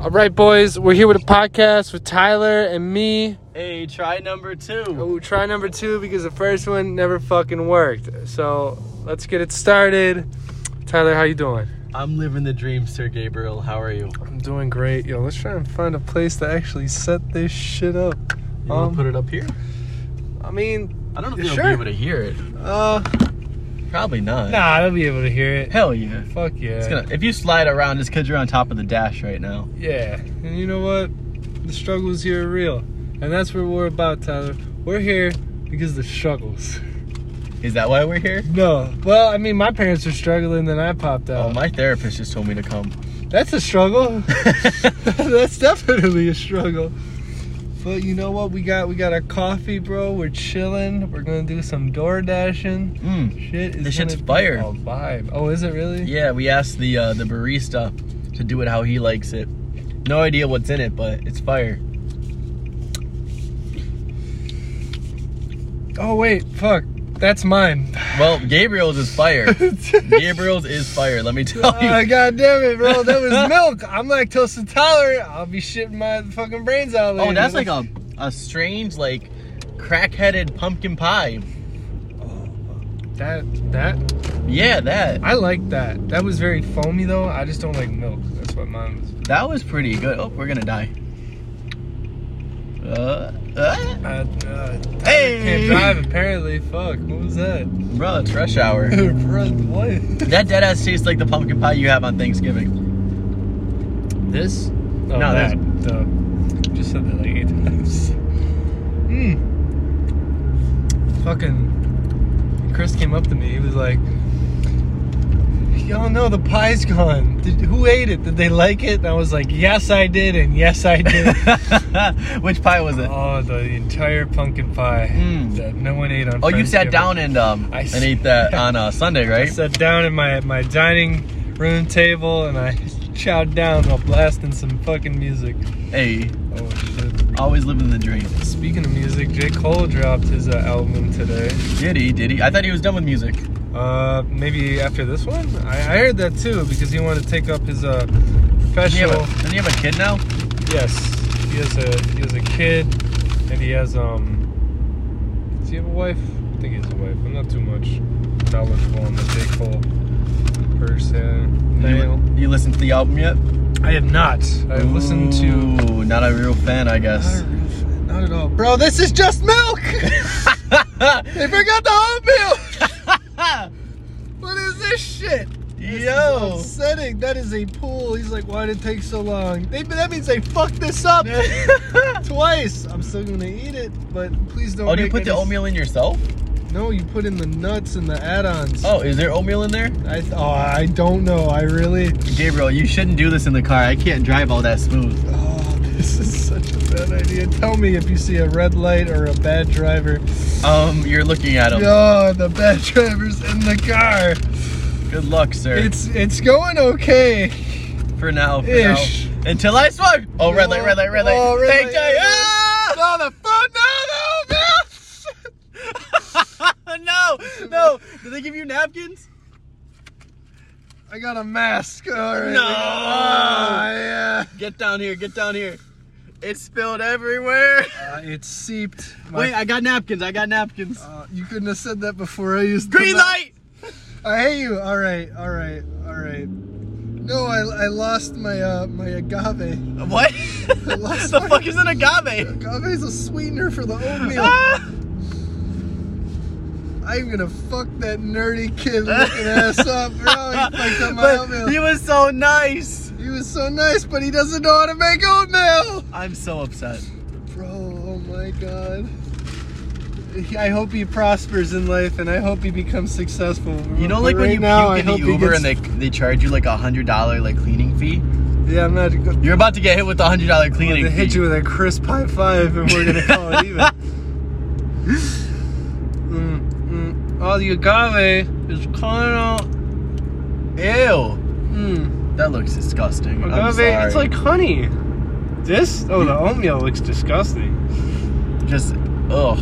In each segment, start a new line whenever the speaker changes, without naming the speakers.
All right, boys, we're here with a podcast with Tyler and me.
Hey, try number two.
We'll try number two because the first one never fucking worked. So let's get it started. Tyler, how you doing?
I'm living the dream, Sir Gabriel. How are you? You
I'm doing great. Yo, let's try and find a place to actually set this shit up.
wanna
Um,
put it up here?
I mean,
I don't know if
you
you'll
sure?
be able to hear it.
uh,
Probably not.
nah, I'll be able to hear it.
Hell yeah.
Fuck yeah.
It's gonna, if you slide around, it's because you're on top of the dash right now.
Yeah, and you know what? The struggles here are real, and that's what we're about, Tyler. We're here because of the struggles.
Is that why we're here?
No, well, I mean, my parents were struggling, then I popped
Oh,
out.
my therapist just told me to come.
that's a struggle. that's definitely a struggle. But you know what? We got we got our coffee, bro. We're chilling. We're gonna do some door dashing.
mm.
Shit is
This shit's
gonna be
fire.
A vibe. Oh, is it really?
Yeah, we asked the uh, the barista to do it how he likes it. No idea what's in it, but it's fire.
Oh wait, fuck. That's mine.
Well, Gabriel's is fire. Gabriel's is fire. Let me tell you.
Oh, God damn it, bro. That was milk. I'm lactose intolerant. I'll be shitting my fucking brains out later.
Oh, that's like a, a strange, like, crack-headed pumpkin pie.
That, that,
Yeah, that.
I like that. That was very foamy, though. I just don't like milk. That's what mine was.
That was pretty good. Oh, we're gonna die. Uh, uh,
I, uh,
hey!
can't drive, apparently. Fuck. What was that?
Bro, it's rush hour.
Run, what?
that dead ass tastes like the pumpkin pie you have on Thanksgiving. This?
Oh,
No, that's-
Duh. Just said that like eight times. Mmm. Fucking. Chris came up to me. He was like, "Y'all know the pie's gone. Did, who ate it? Did they like it?" And I was like, "Yes, I did, and yes, I did."
Which pie was it? Oh,
oh, the entire pumpkin pie
Mm.
that no one ate on.
you sat
Friendsgiving.
down and um
I
and ate that on uh, Sunday,
I
right?
sat down at my my dining room table and I chowed down while blasting some fucking music.
Hey,
Oh shit.
always living the dream.
Speaking of music, J. Cole dropped his uh, album today.
Did he? Did he? I thought he was done with music.
Uh, maybe after this one? I, I heard that too because he wanted to take up his uh,
Doesn't he, have
professional.
a, doesn't he have a kid now?
yes, he has a he has a kid, and he has um. Does he have a wife? I think he has a wife. I'm not too much knowledgeable on the J. Cole person. Male.
You, you listened to the album yet?
I have not. I've listened to.
Ooh, not a real fan, I guess.
Not at all, bro. This is just milk. they forgot the oatmeal. What is this shit? Yo,
Yo.
upsetting. That is a pool. He's like, why did it take so long? They, that means they fucked this up twice. I'm still gonna eat it, but please don't.
Oh, do you
make
put the
any-
oatmeal in yourself?
No, you put in the nuts and the add-ons.
Oh, is there oatmeal in there?
I, oh, I don't know. I really.
Gabriel, you shouldn't do this in the car. I can't drive all that smooth.
Oh, this is such a bad idea. Tell me if you see a red light or a bad driver.
Um, you're looking at him.
Yo, the bad driver's in the car.
Good luck, sir.
It's it's going okay.
for now, for
Ish.
now. Until I swipe. Oh, red light, red light, red light.
Oh, red
Thank
light,
you.
red light.
Ah!
No, the phone. No, no, no.
no, no. Did they give you napkins?
I got a mask. All right.
No.
Ah, yeah.
Get down here. Get down here. It's spilled everywhere.
Uh, it seeped. My-
Wait, I got napkins. I got napkins.
uh, you couldn't have said that before I used the
Green
ma-
light.
I hate you. All right. All right. All right. No, I, I lost my uh, my agave.
What?
lost
the
my-
fuck is an agave?
Agave's a sweetener for the oatmeal.
Ah!
I'm gonna fuck that nerdy kid looking ass up, bro. He fucked up my
But
oatmeal.
he was so nice.
He was so nice, but he doesn't know how to make oatmeal.
I'm so upset.
Bro, oh my god. I hope he prospers in life, and I hope he becomes successful.
You know,
But
like when
right
you
now, I
puke in the
hope he
Uber
gets-
and they they charge you like a hundred dollar like cleaning fee.
yeah, I'm not. Go-
You're about to get hit with a hundred dollar
they
cleaning
hit
fee.
you with a crisp high five, and we're gonna call it even. mm, mm. Oh, the agave is calling out.
Ew,
Mm.
that looks disgusting. I'm
Agave, it's
sorry.
like honey. This? Oh, the oatmeal looks disgusting.
just ugh.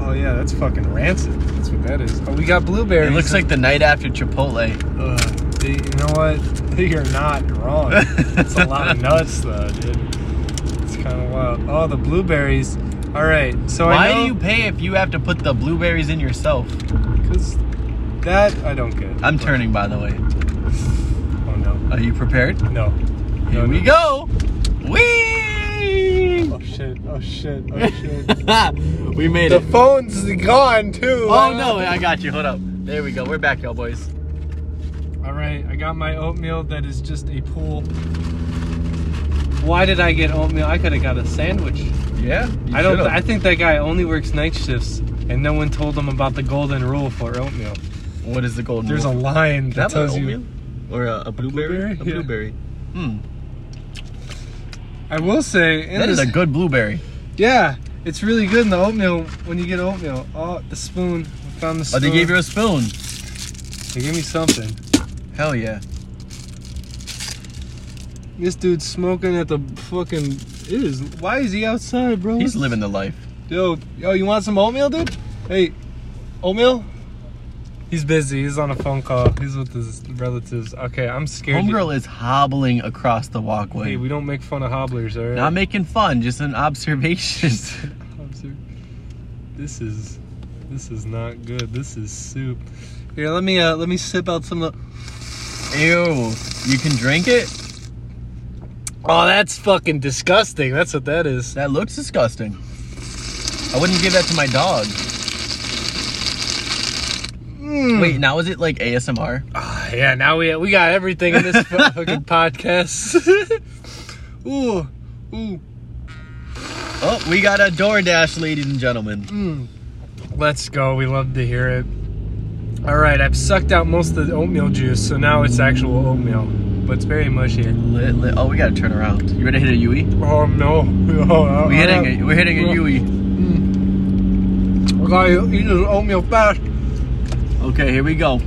Oh yeah, that's fucking rancid. That's what that is. Oh, we got blueberries.
It looks like the night after Chipotle.
Ugh. Uh, You know what? You're not wrong. It's a lot of nuts, though, dude. It's kind of wild. Oh, the blueberries. All right. So
Why
I know,
do you pay if you have to put the blueberries in yourself?
Because that I don't get.
I'm turning, by the way.
Oh no.
Are you prepared?
No.
Here
no,
we
no.
go. Whee!
Oh shit! Oh shit! Oh shit!
we made
the
it.
phone's gone too.
Oh no, I got you. Hold up. There we go. We're back, y'all boys.
All right, I got my oatmeal that is just a pool. Why did I get oatmeal? I could have got a sandwich.
Yeah.
I don't. I think that guy only works night shifts, and no one told him about the golden rule for oatmeal.
what is the golden?
There's a
rule?
line
Is
that
that
tells
an
you.
oatmeal? or a, a
Blueberry?
blueberry?
Yeah.
A blueberry. Hmm.
I will say, and
That is
this-
a good blueberry.
yeah, it's really good in the oatmeal when you get oatmeal. Oh, the spoon. I found the
Oh,
spoon.
they gave you a spoon.
They gave me something.
Hell yeah.
This dude's smoking at the fucking. It is. Why is he outside, bro?
He's living the life.
Yo, yo, you want some oatmeal, dude? Hey, oatmeal? He's busy. He's on a phone call. He's with his relatives. Okay, I'm scared.
Homegirl is hobbling across the
Hey,
walkway.
we don't make fun of hobblers, all right?
Not making fun, just an observation.
I'm ser- This is, this is not good. This is soup. Here, let me uh, let me sip out some. Of the-
Ew. You can drink it?
oh, that's fucking disgusting. That's what that is.
That looks disgusting. I wouldn't give that to my dog.
Mm.
Wait, now is it like ASMR?
Ah, yeah, now we we got everything in this fucking podcast. ooh, ooh.
Oh, we got a DoorDash, ladies and gentlemen.
Mm. Let's go. We love to hear it. All right, I've sucked out most of the oatmeal juice, so now it's actual oatmeal, but it's very mushy.
Lit, lit. Oh, we gotta turn around. You ready to hit a Yui?
Oh no! Oh,
We're hitting a, we're hitting a E. Yui.
We gotta eat this oatmeal fast.
Okay, here we go.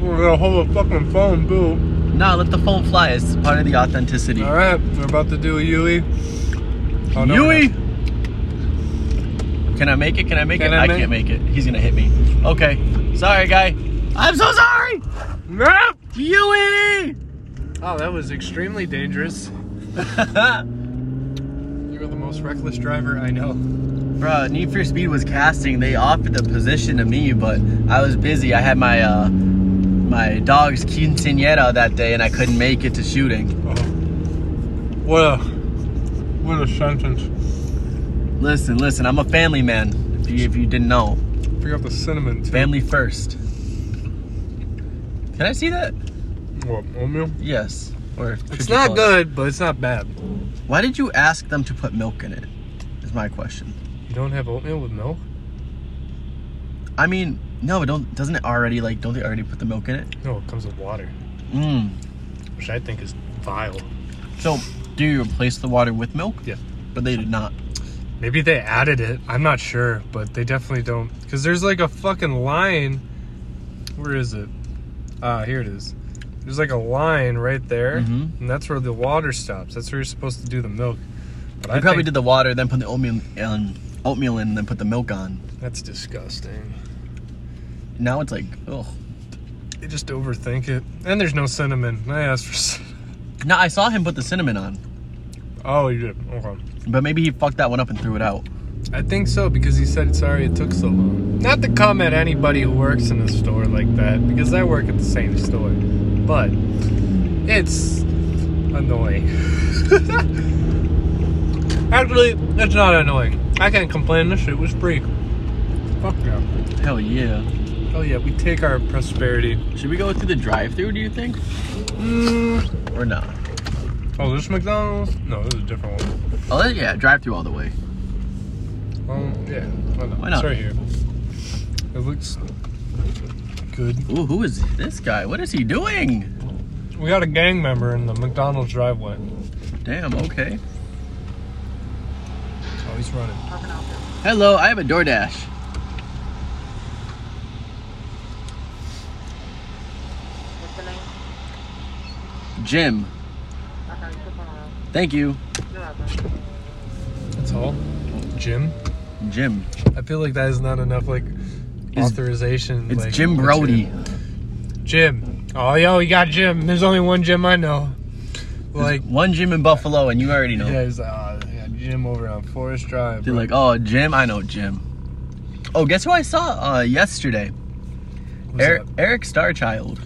We're gonna hold a fucking phone, boo.
Nah, let the phone fly. It's part of the authenticity.
All right, we're about to do a Yui. Oh, no, we're
Yui!
not.
E! Can I make it? Can I make
Can
it?
I
I,
make-
can't make it. He's gonna hit me. Okay. Sorry, guy. I'm so sorry!
No!
Yui!
Oh, that was extremely dangerous.
E!
You're the most reckless driver I know.
Bruh, Need for Speed was casting. They offered the position to me, but I was busy. I had my uh, my dog's quinceanera that day, and I couldn't make it to shooting.
Oh. What a what a sentence.
Listen, listen. I'm a family man. If you, if you didn't know,
Forgot the cinnamon too.
family first. Can I see that?
What oatmeal?
Yes. Or
It's not good, but it's not bad.
Why did you ask them to put milk in it? Is my question.
You don't have oatmeal with milk?
I mean, no. Don't doesn't it already like? Don't they already put the milk in it?
No, it comes with water,
Mmm.
which I think is vile.
So, do you replace the water with milk?
Yeah.
But they did not.
Maybe they added it. I'm not sure, but they definitely don't. Because there's like a fucking line. Where is it? Ah, here it is. There's like a line right there,
Mhm.
and that's where the water stops. That's where you're supposed to do the milk. But
We probably did the water, then put the oatmeal in, oatmeal in, then put the milk on.
did. That's disgusting.
Now it's like, ugh.
They just overthink it. And there's no cinnamon. I asked for. cin-
Now I saw him put the cinnamon on,
Oh, you did. Okay.
but maybe he fucked that one up and threw it out.
I think so because he said sorry it took so long. Not to come at anybody who works in a store like that because I work at the same store, but it's annoying. Actually, it's not annoying. I can't complain. This shit was free. Fuck yeah.
Hell yeah.
Oh yeah, we take our prosperity.
Should we go through the drive-through? Do you think,
Mm.
or not?
Oh, this McDonald's? No, this is a different one.
Oh that- yeah, drive-through all the way.
Um, yeah, why not?
Why
It's
not?
right here. It looks good.
Ooh, who is this guy? What is he doing?
We got a gang member in the McDonald's driveway.
Damn. Okay.
Oh, he's running.
Hello, I have a DoorDash.
What's the name?
Jim,
Okay, you can come around.
thank you.
You're welcome.
That's all. Jim.
Jim.
I feel like that is not enough like
It's-
authorization.
It's
like,
Jim
what's
Brody.
your- Jim. Oh, yo, you got Jim. There's only one Jim I know.
Like
Like,
one gym in Buffalo, and you already know.
yeah, he's like, oh, they got Jim over on Forest Drive.
They're
bro."
like, oh, Jim, I know Jim. Oh, guess who I saw uh, yesterday?
What's
Er-
up?
Eric Starchild.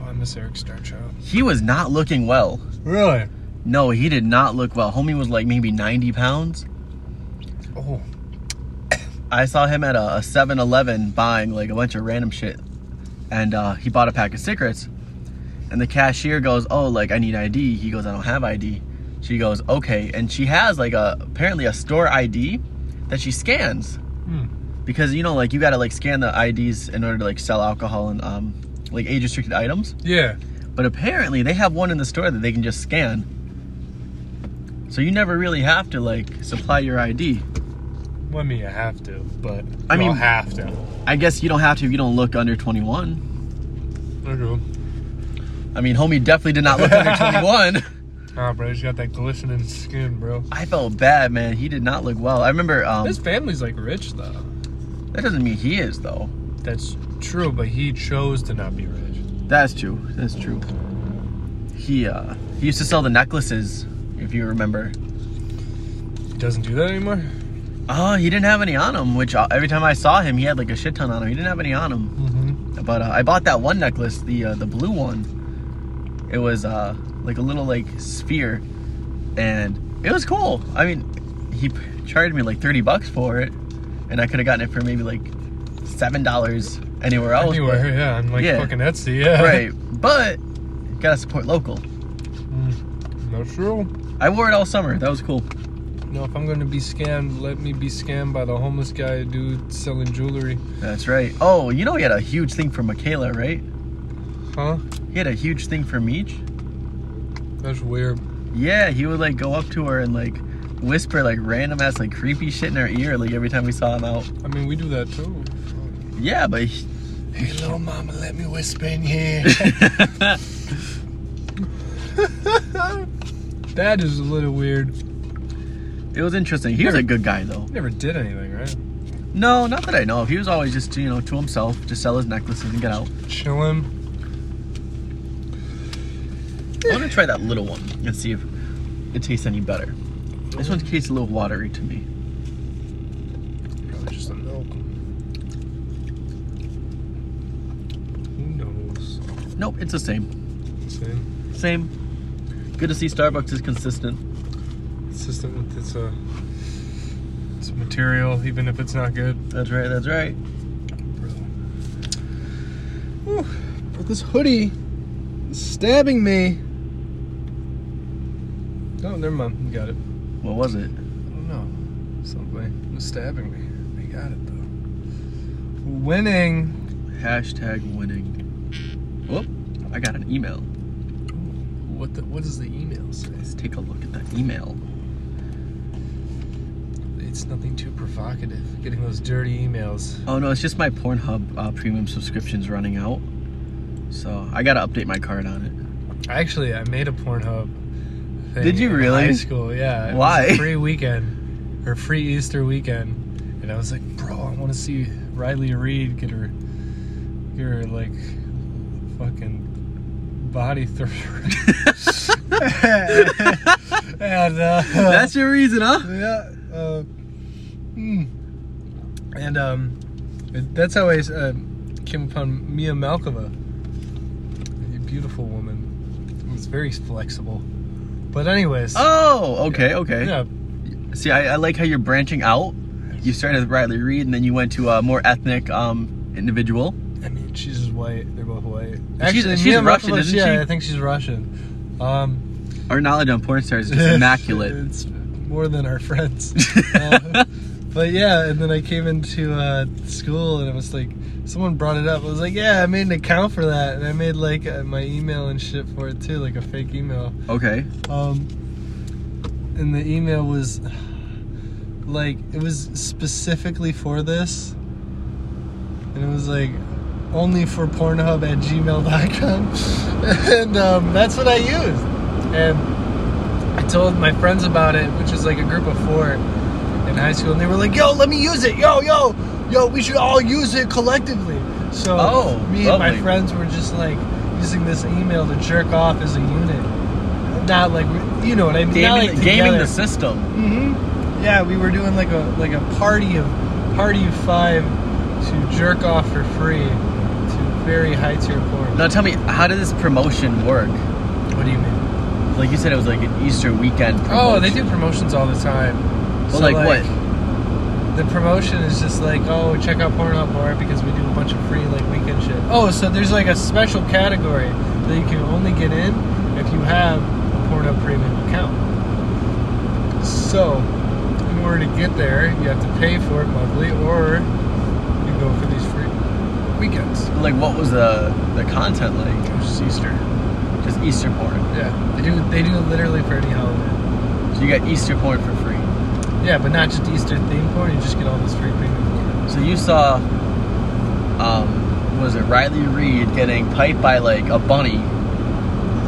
Oh, I miss Eric Starchild.
He was not looking well.
Really?
No, he did not look well. Homie was like maybe 90 pounds.
Oh,
I saw him at a 7 Eleven buying like a bunch of random shit. And uh, he bought a pack of cigarettes. And the cashier goes, Oh, like I need ID. He goes, I don't have ID. She goes, Okay. And she has like a apparently a store ID that she scans.
hmm.
Because you know, like you gotta like scan the IDs in order to like sell alcohol and um like age restricted items.
yeah.
But apparently they have one in the store that they can just scan. So you never really have to like supply your ID.
Well, I mean, you have to, but
I
you
mean-
all have to.
I guess you don't have to if you don't look under 21.
I do.
I mean, homie definitely did not look under 21.
Ah, bro, he's got that glistening skin, bro.
I felt bad, man. He did not look well. I remember. Um,
His family's like rich though.
that doesn't mean he is though.
That's true, but he chose to not be rich.
That's true. That's true. He uh, he used to sell the necklaces, if you remember.
He doesn't do that anymore.
Oh, he didn't have any on him. Which uh, every time I saw him, he had like a shit ton on him. He didn't have any on him.
Mm-hmm.
But uh, I bought that one necklace, the uh, the blue one. It was uh, like a little like sphere, and it was cool. I mean, he p- charged me like thirty bucks for it, and I could have gotten it for maybe like seven dollars anywhere else. but-
Anywhere, yeah, I'm like
Yeah.
fucking Etsy, yeah.
right? But gotta support local.
Mm. No true.
I wore it all summer. That was cool.
No, if I'm gonna be scammed, let me be scammed by the homeless guy dude selling jewelry,
That's right. Oh, you know he had a huge thing for Michaela, right?
huh?
He had a huge thing for Meech.
That's weird.
Yeah, he would like go up to her and like whisper like random ass like creepy shit in her ear like every time we saw him out.
I mean, we do that too.
Yeah, but he-
Hey, little mama, let me whisper in here. that is a little weird.
it was interesting. He was a good guy though.
Never did anything, right?
No, not that I know of. He was always just you know to himself, just sell his necklaces and get out.
Chilling.
I want to try that little one and see if it tastes any better. This one tastes a little watery to me.
Probably just a milk. Who knows?
Nope, it's the same.
Same.
Same. Good to see Starbucks is consistent.
Consistent with its uh, its material, even if it's not good.
That's right. That's right.
Whew, But this hoodie is stabbing me. Oh, never mind. You got it. Oh,
What was
I
it?
don't know. Something was stabbing me. I got it though. Winning.
Hashtag winning. Whoop! I got an email.
What the? What does the email say?
Let's take a look at that email.
It's nothing too provocative. Getting those dirty emails.
Oh no, it's just my Pornhub uh, premium subscription's running out, so I gotta update my card on it.
Actually, I made a Pornhub. Thing
Did you
in
really?
High school, yeah. It was
Why?
a free weekend or free Easter weekend, and I was like, bro, I want to see Riley Reed get her, get her like, fucking body through. and uh,
That's your reason, huh?
yeah. Uh, mm. And um, it- that's how I uh, came upon Mia Malkova, a beautiful woman. It was very flexible. But anyways,
Oh, okay, okay.
yeah,
See, I, I like how you're branching out. You started with Riley Reed, and then you went to a more ethnic um, individual.
I mean, she's just white. They're both white.
She's- she's
Mia
Russian,
Malkova,
isn't
yeah,
she?
I think she's Russian. Um,
Our knowledge on porn stars is just immaculate.
it's more than our friends. Uh, But yeah, and then I came into uh, school and I was like, someone brought it up. I was like, yeah, I made an account for that, and I made like uh, my email and shit for it too, like a fake email.
okay.
Um, and the email was like, it was specifically for this, and it was like, only for Pornhub at gmail.com, and um, that's what I used. And I told my friends about it, which is like a group of four in high school, and they were like, "Yo, let me use it. Yo, yo, yo, we should all use it collectively." So
Oh,
me and my
lovely.
friends were just like, using this email to jerk off as a unit. Not like we- you know what I mean.
Gaming,
Not like
gaming
together.
the system.
Mm-hmm. Yeah, we were doing like a like a party of party of five to jerk off for free to very high tier porn.
Now tell me, how did this promotion work?
What do you mean?
Like you said, it was like an Easter weekend. Promotion.
Oh, they do promotions all the time.
Well, like, what?
The promotion is just like, oh, check out Pornhub more because we do a bunch of free like weekend shit. Oh, so there's like a special category that you can only get in if you have a Pornhub premium account. So, in order to get there, you have to pay for it monthly, or you go for these free weekends.
Like what was the the content like? It was just Easter, just Easter porn.
Yeah, they do. They do it literally for any holiday.
So you got Easter porn for free.
Yeah, but not just Easter theme porn. You just get all this free premium. porn.
So you saw, um, was it Riley Reed getting piped by like a bunny?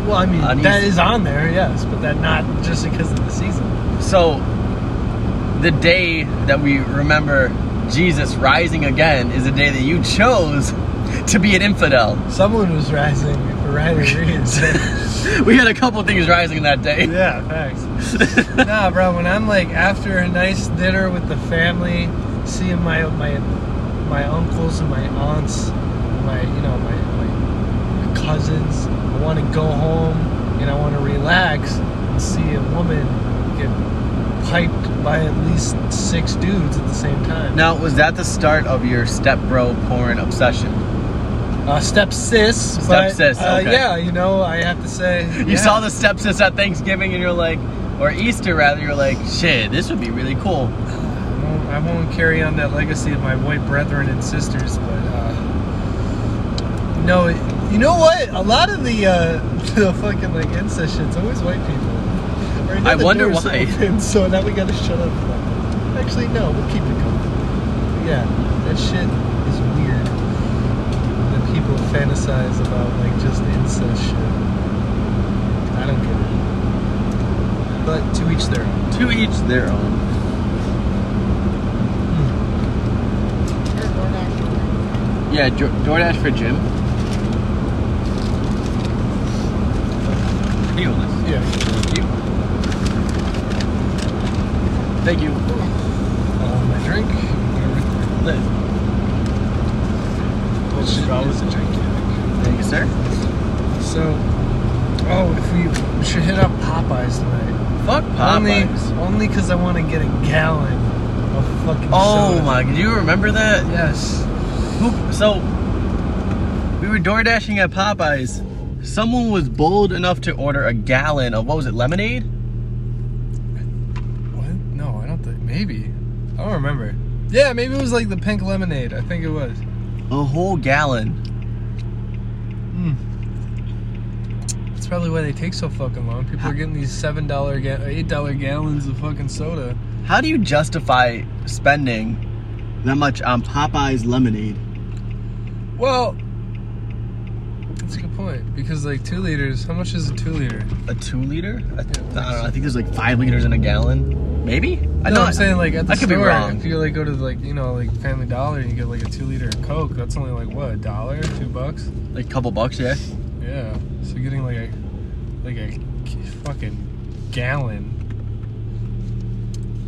Well, I mean,
On
that
Easter.
is on there, yes, but that not just because of the season.
So the day that we remember Jesus rising again is the day that you chose to be an infidel.
Someone was rising for Ryder Reed.
we had a couple things rising that day.
yeah, facts. nah, bro, when I'm like after a nice dinner with the family, seeing my my my uncles and my aunts, my you know my, my cousins, I want to go home and I want to relax and see a woman get piped by at least six dudes at the same time.
now, was that the start of your stepbro porn obsession?
Uh, step sis. Step
sis,
Uh,
okay.
yeah, you know, I have to say.
You saw the stepsis at Thanksgiving and you're like, or Easter rather, you're like, shit, this would be really cool.
I won't, I won't carry on that legacy of my white brethren and sisters, but uh, no, you know what? A lot of the uh, the fucking like incest shit's always white people. Right now
I
the
wonder
door's
why.
open, so now we gotta shut up. For that. Actually, no, we'll keep it going. Yeah, that shit is weird. That people fantasize about like just incest shit. I don't get it. But to each their own.
To each their own.
Hmm.
Yeah, Do- DoorDash for Jim. You listen.
Yeah.
You. Thank you.
Uh, my drink. Which is always a drink. yeah.
Thank you, sir.
So, oh, if we, we should hit up Popeyes tonight.
Fuck Popeyes.
Only, only because I want to get a gallon of fucking.
Oh
soda.
my! Do you remember that?
Yes.
Who- So we were door dashing at Popeyes. Someone was bold enough to order a gallon of what was it, lemonade?
What? No, I don't think. Maybe. I don't remember. Yeah, maybe it was like the pink lemonade. I think it was.
A whole gallon.
Hmm. That's probably why they take so fucking long. People are getting these seven dollar, ga- eight dollar gallons of fucking soda.
How do you justify spending that much on Popeyes lemonade?
Well, that's a good point because like two liters. How much is a two liter?
a two liter? I, th-
Yeah,
I don't know. I think there's like five liters in a gallon. Maybe? I
No,
know.
I'm saying like at the
I could be
store,
wrong.
if you like go to like you know like Family Dollar and you get like a two liter of Coke, that's only like what a dollar, two bucks.
Like a couple bucks, yeah.
Yeah, so getting like a like a k- fucking gallon.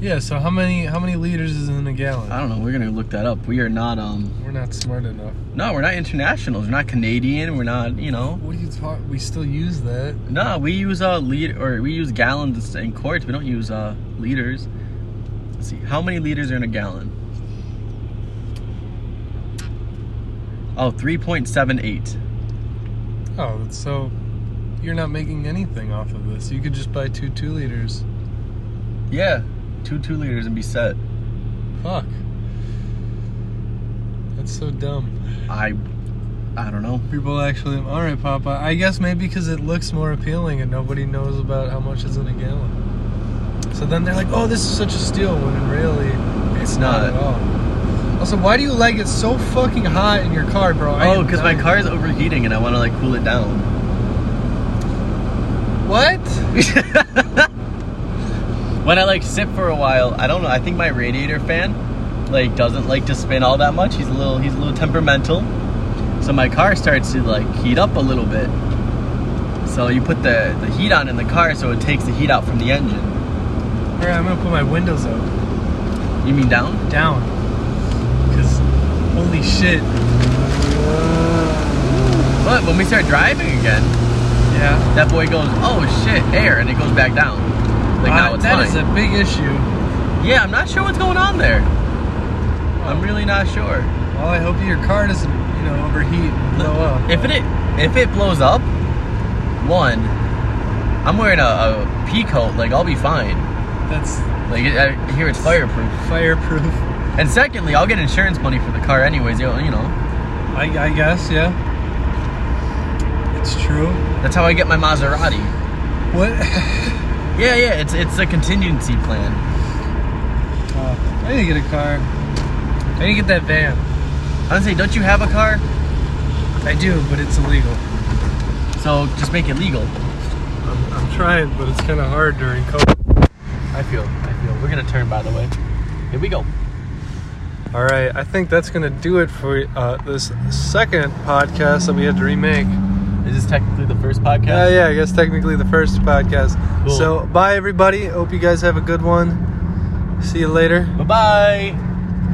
Yeah, so how many how many liters is in a gallon?
I don't know. We're gonna look that up. We are not. Um.
We're not smart enough.
No, we're not internationals. We're not Canadian. We're not. You know.
What do you talk? We still use that.
No, we use uh liter or we use gallons in quarts. We don't use uh liters. Let's see. How many liters are in a gallon? Oh, 3.78.
Oh, that's so you're not making anything off of this. You could just buy two two liters.
Yeah. Two two liters and be set.
Fuck. That's so dumb.
I I don't know.
People actually, all right, Papa. I guess maybe because it looks more appealing and nobody knows about how much is in a gallon. So then they're like, oh, this is such a steal, when really it's not, at
not.
all. Also, why do you like it so fucking hot in your car, bro? I
Oh,
am
because my
dying.
car is overheating and I want to like cool it down.
What?
when I like sit for a while, I don't know. I think my radiator fan like doesn't like to spin all that much. He's a little he's a little temperamental. So my car starts to like heat up a little bit. So you put the, the heat on in the car so it takes the heat out from the engine.
Alright, I'm gonna put my windows up.
You mean down?
Down. Cause holy shit.
But when we start driving again,
Yeah.
that boy goes, oh shit, air, and it goes back down. Like now
Uh,
it's
that
fine.
is a big issue.
Yeah, I'm not sure what's going on there. I'm really not sure.
Well, I hope your car doesn't, you know, overheat and blow
Oh,
up.
If it if it blows up, one, I'm wearing a, a pea coat. Like I'll be fine.
that's
Like I I hear it's fireproof.
fireproof,
And secondly, I'll get insurance money for the car anyways. You know, you know.
I, I guess, yeah. It's true.
that's how I get my Maserati.
What?
Yeah, yeah. It's it's a contingency plan.
Uh, I need to get a car. I need to get that van.
Honestly, don't you have a car?
I do, but it's illegal.
So just make it legal.
I'm, I'm trying, but it's kind of hard during COVID. I feel.
I feel we're gonna turn. By the way, here we go.
All right, I think that's gonna do it for uh, this second podcast that we had to remake. Uh,
Is this technically the first podcast?
Yeah, yeah, I guess technically the first podcast.
Cool.
So, bye everybody. Hope you guys have a good one. See you later.
Bye bye.